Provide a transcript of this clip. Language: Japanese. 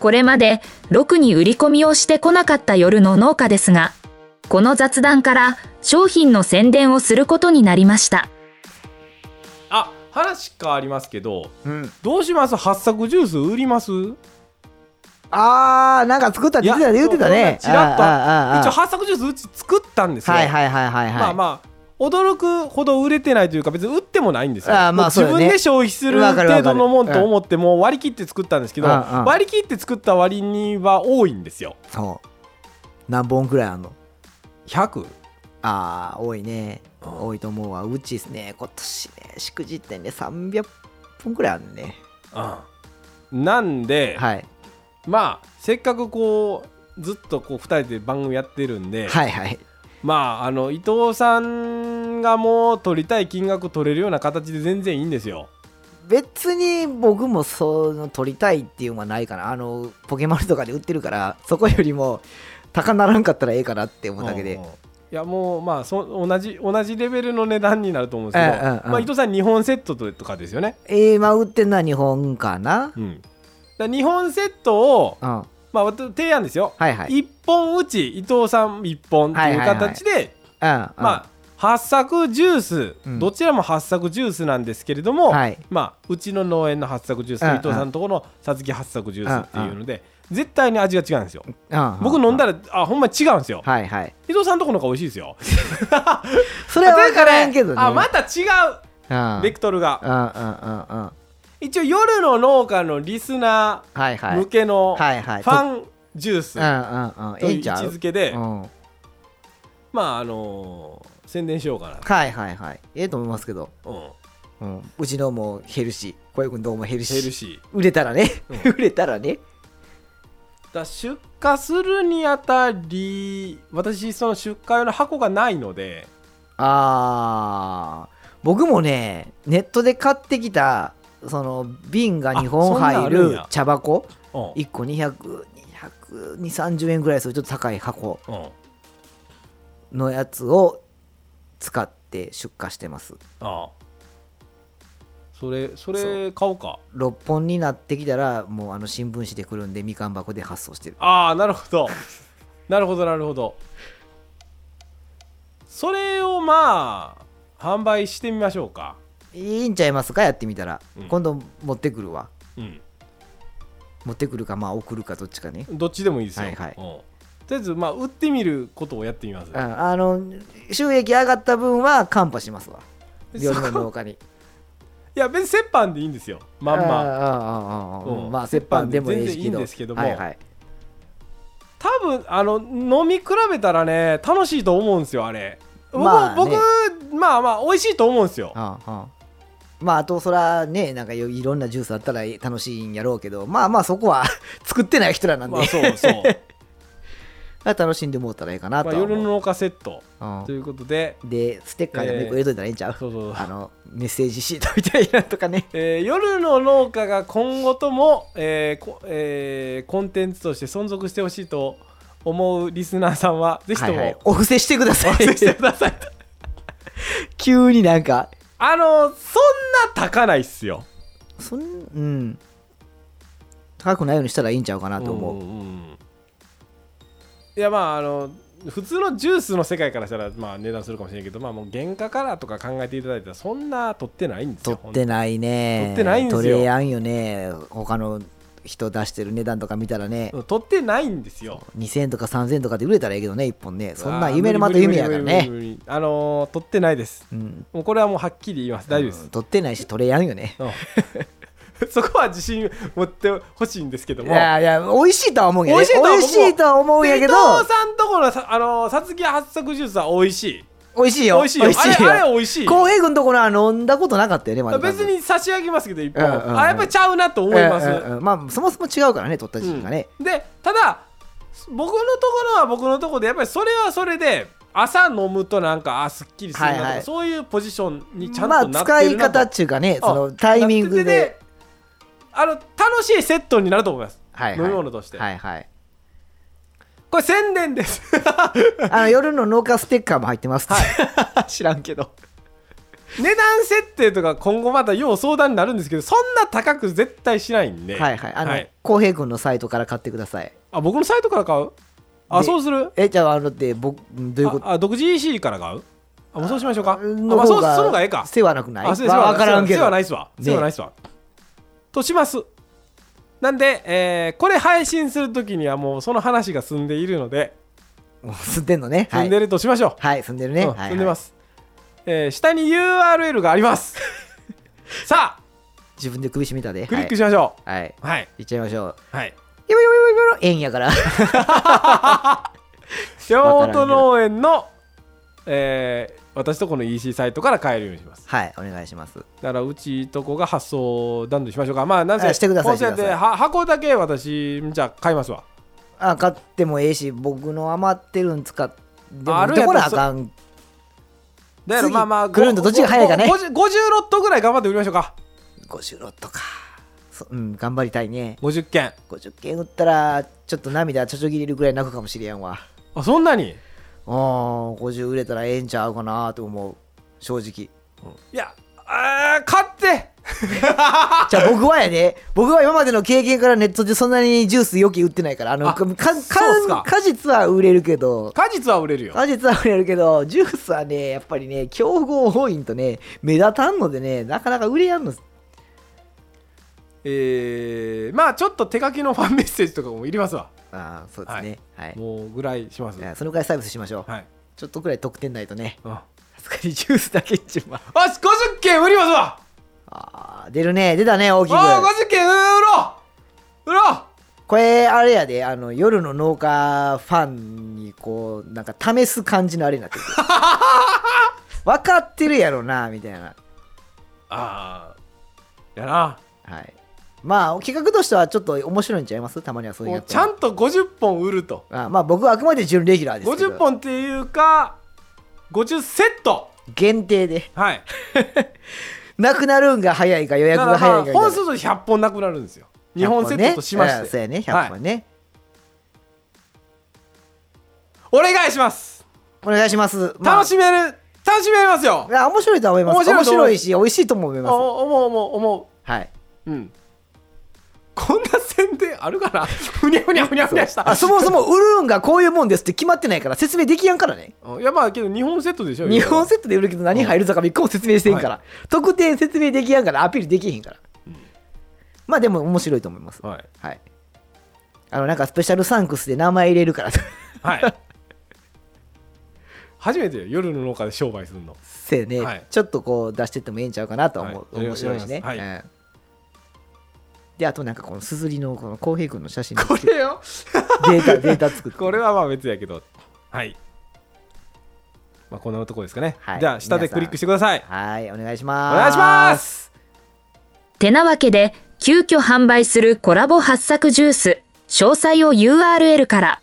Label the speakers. Speaker 1: これまで、ろくに売り込みをしてこなかった夜の農家ですが、この雑談から商品の宣伝をすることになりました。
Speaker 2: あ話変わりますけど
Speaker 3: うん、
Speaker 2: どうします八作ジュース売ります
Speaker 3: あーなんか作ったって言ってたね
Speaker 2: いや
Speaker 3: 言ってたね
Speaker 2: そうなんかちらっと
Speaker 3: あーあーあ
Speaker 2: 一
Speaker 3: ー
Speaker 2: 応八作ジュースうち作ったんですよ、
Speaker 3: はいはいはいはいはい
Speaker 2: まあまあ驚くほど売れてないというか別に売ってもないんですよ
Speaker 3: あーまあ
Speaker 2: もう
Speaker 3: そう
Speaker 2: 自
Speaker 3: よね
Speaker 2: 分で消費する
Speaker 3: わかるわか
Speaker 2: 程
Speaker 3: る
Speaker 2: 度のもんと思ってもう割り切って作ったんですけど、
Speaker 3: うんうん
Speaker 2: 割り切って作った割には多いんですよ
Speaker 3: そう何本くらいあんの
Speaker 2: 100?
Speaker 3: ああ多いね多いと思うわうちですね今年ねしくじってね300本くらいあるね
Speaker 2: うんなんで、
Speaker 3: はい
Speaker 2: まあせっかくこうずっとこう2人で番組やってるんで、
Speaker 3: はいはい
Speaker 2: まああの伊藤さんがもう取りたい金額取れるような形で全然いいんですよ
Speaker 3: 別に僕もその取りたいっていうのはないかなあのポケマルとかで売ってるからそこよりも高ならんかったらええかなって思うだけで
Speaker 2: うんうんいやもうまあそ同じ同じレベルの値段になると思うんですけど、
Speaker 3: うんうんうん
Speaker 2: まあ、伊藤さん2本セットととかですよね、
Speaker 3: えー、今売ってんのは日本かな
Speaker 2: うん、だ2本セットを、
Speaker 3: うんは
Speaker 2: まあ、わた提案ですよ、
Speaker 3: いはい
Speaker 2: 1本うち伊藤さん1本っていう形で、
Speaker 3: うんうん
Speaker 2: まあ発作ジュース、
Speaker 3: うん
Speaker 2: どちらも発作ジュースなんですけれども、
Speaker 3: はい
Speaker 2: まあ、うちの農園の発作ジュースと
Speaker 3: うんうん
Speaker 2: 伊藤さんのところのさつき発作ジュースっていうので絶対に味が違うんですよ
Speaker 3: うん
Speaker 2: 僕飲んだ
Speaker 3: ら
Speaker 2: らあほんま違うんですよ
Speaker 3: はいはい
Speaker 2: 伊藤さんのところの方が美味しいですよ
Speaker 3: それは分からんけどね
Speaker 2: あまた違
Speaker 3: うん
Speaker 2: うベクトル
Speaker 3: う
Speaker 2: が
Speaker 3: んうんうんうん
Speaker 2: 一応夜の農家のリスナ
Speaker 3: はいは
Speaker 2: ー
Speaker 3: い
Speaker 2: 向けのフ
Speaker 3: はいはい
Speaker 2: ァンジュース
Speaker 3: うんうんうん
Speaker 2: と
Speaker 3: え
Speaker 2: い
Speaker 3: え
Speaker 2: うん位置
Speaker 3: ちゃう
Speaker 2: づけで
Speaker 3: うんは
Speaker 2: まああのー宣伝しようかない
Speaker 3: はいはいええと思いますけど
Speaker 2: うん
Speaker 3: うんうちのも減るし小籔君どうも減るし
Speaker 2: ヘルシー
Speaker 3: 売れたらね、
Speaker 2: う
Speaker 3: 売れたらね
Speaker 2: だ出荷するにあたり私その出荷用の箱がないので
Speaker 3: あー僕もねネットで買ってきたその瓶が2
Speaker 2: あそ
Speaker 3: 本
Speaker 2: んなん
Speaker 3: 入
Speaker 2: あるんや
Speaker 3: る茶箱
Speaker 2: うん
Speaker 3: 1個200 2 3 0円ぐらいするちょっと高い箱
Speaker 2: うん
Speaker 3: のやつを使って出荷してます
Speaker 2: ああそれそ
Speaker 3: そ
Speaker 2: れ買おうか
Speaker 3: 6本になってきたらもうあの新聞紙でくるんでみかん箱で発送してる
Speaker 2: ああなるほ どなるほどなるほどそれをまあ販売してみましょうか
Speaker 3: いいんちゃいますかやってみたら、
Speaker 2: うん
Speaker 3: 今度持ってくるわ
Speaker 2: うん
Speaker 3: 持ってくるかまあ送るかどっちかね
Speaker 2: どっちでもいいですよ、
Speaker 3: はいはい
Speaker 2: うんとりあえずまあ売ってみることをやってみます、
Speaker 3: うんあの収益上がった分はカンパしますわ
Speaker 2: でそ
Speaker 3: 夜の
Speaker 2: こ
Speaker 3: 農家に
Speaker 2: いや別に折半でいいんですよ まん
Speaker 3: あ
Speaker 2: ま
Speaker 3: あああああ
Speaker 2: うん
Speaker 3: まあ折半でもええし
Speaker 2: 全然いいんですけども
Speaker 3: はいはい
Speaker 2: 多分あの飲み比べたらね楽しいと思うんですよあれ僕、
Speaker 3: まあね
Speaker 2: 僕まあまあ美味しいと思うんですよ
Speaker 3: ああああまああとそらねなんかよいろんなジュースあったら楽しいんやろうけどまあまあそこは 作ってない人らなんで、
Speaker 2: まあそう そう、
Speaker 3: 楽しんでもうたらええかな
Speaker 2: ま
Speaker 3: と
Speaker 2: あ、
Speaker 3: は思
Speaker 2: 夜
Speaker 3: う、
Speaker 2: の農家セット
Speaker 3: うん
Speaker 2: ということで、
Speaker 3: でステッカーでも
Speaker 2: えー
Speaker 3: 入れといたらええんちゃう、
Speaker 2: そうそう
Speaker 3: あのメッセージシートみたいなのとかね
Speaker 2: えー夜の農家が今後とも、えーこえーコンテンツとして存続してほしいと思うリスナーさんはぜひとも、
Speaker 3: はいはい、お布施してくだ さい
Speaker 2: お布施してください
Speaker 3: 急になんか
Speaker 2: あのそんな高ないっすよ
Speaker 3: そんうん高くないようにしたらいいんちゃうかなと思う、
Speaker 2: んんいやまああの普通のジュースの世界からしたら、まあ、値段するかもしれないけど、まあ、もう原価からとか考えていただいたらそんな取ってないんですよ
Speaker 3: 取ってないね
Speaker 2: 取ってないんですよ
Speaker 3: 取れやんよね他の人出してる値段とか見たらね
Speaker 2: うん取ってないんですよ
Speaker 3: 2000円とか3000円とかで売れたらいいけどね1本ねそんなん夢のまた夢やから
Speaker 2: 無理無
Speaker 3: ね
Speaker 2: 理無理無理無理無理あの取ってないです
Speaker 3: うん
Speaker 2: もうこれはもうはっきり言います大丈夫です、
Speaker 3: うん取ってないし取れやんよね
Speaker 2: うん そこは自信持ってほしいんですけど
Speaker 3: い
Speaker 2: も
Speaker 3: やいや美味しいとは思うけどね
Speaker 2: 美味しいとは思う
Speaker 3: 美味しいとは思うんやけど
Speaker 2: 伊藤さんとこのさあのさつき発作ジュースは美味しい
Speaker 3: 美味しい
Speaker 2: 美
Speaker 3: よ
Speaker 2: 味しいよあれあれ美味しい
Speaker 3: 浩平君とこのは飲んだことなかったよねまだ
Speaker 2: 別に差し上げますけど一本、
Speaker 3: うんうんうん
Speaker 2: あやっぱりちゃうなと思います、
Speaker 3: うんうんうんまあそもそも違うからね取った時期がね、
Speaker 2: うんでただ僕のところは僕のところでやっぱりそれはそれで朝飲むとなんかあすっきりするなとか、
Speaker 3: はいはい
Speaker 2: そういうポジションにちゃんと
Speaker 3: ま
Speaker 2: な
Speaker 3: あ
Speaker 2: ってるなと、
Speaker 3: 使い方っていうかねそのタイミングで
Speaker 2: なっててあの楽しいセットになると思います、
Speaker 3: はいはい
Speaker 2: 飲み物として、
Speaker 3: はいはい
Speaker 2: これ宣伝です
Speaker 3: あの夜の農家ステッカーも入ってます、知らんけど
Speaker 2: 値段設定とか今後また要相談になるんですけどそんな高く絶対しないんでは
Speaker 3: はいはいあの浩、平君のサイトから買ってください
Speaker 2: あ僕のサイトから買うあ
Speaker 3: で
Speaker 2: そうする
Speaker 3: えじゃああので僕どういうこと
Speaker 2: ああ独自 EC から買うあもうそうしましょうかあ
Speaker 3: の
Speaker 2: まあ、
Speaker 3: 方
Speaker 2: そうその方がええか
Speaker 3: 世話なくない
Speaker 2: あそうです
Speaker 3: わわからんけ
Speaker 2: 世話
Speaker 3: ど
Speaker 2: ないっすわ
Speaker 3: ね
Speaker 2: 世話ないっすわとしますなんで、えーこれ配信するときにはもうその話が済んでいるので
Speaker 3: もう 住んでんのねは
Speaker 2: 済ん
Speaker 3: い
Speaker 2: でるとしましょう、
Speaker 3: はい住んでるね、
Speaker 2: うん
Speaker 3: はい
Speaker 2: 済んでます、えー下に URL があります さあ
Speaker 3: 自分で首絞めたで
Speaker 2: クリックしましょ
Speaker 3: はい、はい、
Speaker 2: うはい
Speaker 3: いっちゃいましょう
Speaker 2: はい
Speaker 3: よよよよよ円やから
Speaker 2: 山本農園の、えー私とこの EC サイトから買えるようにします
Speaker 3: はいお願いします
Speaker 2: だからうちとこが発送段取りしましょうかまあなぜ
Speaker 3: あしてください
Speaker 2: 音声
Speaker 3: してく
Speaker 2: で
Speaker 3: だ
Speaker 2: は箱だけ私じゃあ買いますわ
Speaker 3: あ買ってもええし僕の余ってるん使ってでも
Speaker 2: あ
Speaker 3: 売っ
Speaker 2: る
Speaker 3: て
Speaker 2: やった
Speaker 3: こ
Speaker 2: ら
Speaker 3: なあかん
Speaker 2: だから
Speaker 3: 次
Speaker 2: まあまあ
Speaker 3: 来るんとどっちが早いかね
Speaker 2: ごごご50ロットぐらい頑張って売りましょうか
Speaker 3: 50ロットかそうん頑張りたいね
Speaker 2: 50件
Speaker 3: 50件売ったらちょっと涙ちょちょぎれるぐらい泣くかもしれんわ
Speaker 2: あそんなに
Speaker 3: あー50売れたらええんちゃうかなと思う正直
Speaker 2: いやあー買って
Speaker 3: じゃあ僕はやね僕は今までの経験からネットでそんなにジュースよき売ってないからあの
Speaker 2: あ
Speaker 3: かか
Speaker 2: そうっすか
Speaker 3: 果実は売れるけど
Speaker 2: 果実は売れるよ
Speaker 3: 果実は売れるけどジュースはねやっぱりね競合多いんとね目立たんのでねなかなか売れやんの
Speaker 2: えー、まあちょっと手書きのファンメッセージとかもいりますわ
Speaker 3: ああそうですねはい、
Speaker 2: もうぐらいします
Speaker 3: い
Speaker 2: は
Speaker 3: やそのくらいサービスしましょう、
Speaker 2: い、
Speaker 3: ちょっとくらい得点ないとね
Speaker 2: うん、よ
Speaker 3: さすがにジュースだけ 一番
Speaker 2: し50件売りますわ
Speaker 3: あー出るね出たね大きく
Speaker 2: ああ50件売ろう売ろう
Speaker 3: これあれやであの夜の農家ファンにこうなんか試す感じのあれに なってる分かってるやろなみたいな
Speaker 2: ああやな
Speaker 3: はいまあ企画としてはちょっと面白いんちゃいますたまにはそういう
Speaker 2: も
Speaker 3: や
Speaker 2: う
Speaker 3: つ
Speaker 2: ちゃんと50本売ると
Speaker 3: あまあ僕はあくまで準レギュラーですけど
Speaker 2: 50本っていうか50セット
Speaker 3: 限定で
Speaker 2: はい
Speaker 3: なくなるんが早いか予
Speaker 2: だ
Speaker 3: 約
Speaker 2: からま
Speaker 3: が早い
Speaker 2: あ
Speaker 3: かみたいな
Speaker 2: 本数と100本なくなるんですよ日本セットとしま
Speaker 3: 100
Speaker 2: し
Speaker 3: 本ねあ
Speaker 2: て、
Speaker 3: そうやね100
Speaker 2: はい
Speaker 3: 本ね、
Speaker 2: お願いします
Speaker 3: お願いします、まあ
Speaker 2: 楽しめる楽しめますよ
Speaker 3: いや面白いとは思います
Speaker 2: 面
Speaker 3: 面白
Speaker 2: 白いと思う
Speaker 3: いし美味しいとも思い
Speaker 2: お
Speaker 3: ま
Speaker 2: 思う思う思
Speaker 3: すはい
Speaker 2: うんうんこんな宣伝あるかなふにゃふにゃふにゃふにゃした
Speaker 3: あそもそも売るんがこういうもんですって決まってないから説明できやんからね
Speaker 2: うんいやまあけど日本セットでしょ
Speaker 3: 日本
Speaker 2: ッ
Speaker 3: セットで売るけど何入るとか一個も説明してへんから、特典説明できやんからアピールできへんから、まあでも面白いと思います
Speaker 2: トはい、
Speaker 3: はいあのなんかスペシャルサンクスで名前入れるから
Speaker 2: はい、 初めてよ夜の農家で商売するの
Speaker 3: せやね、
Speaker 2: はい
Speaker 3: ちょっとこう出してってもええんちゃうかなとは思う、
Speaker 2: はい
Speaker 3: 面白いしね、
Speaker 2: はい
Speaker 3: うんであとなんかこのすずりのこの浩平君の写真
Speaker 2: これよ
Speaker 3: データデータ作って
Speaker 2: これはまあ別やけどはいまあこんなとこですかね、
Speaker 3: はい
Speaker 2: じゃあ下でクリックしてください
Speaker 3: はいお願いし
Speaker 2: お
Speaker 3: ます
Speaker 2: 願いします
Speaker 1: てなわけで、急遽販売するコラボ発作ジュース、詳細を URL から。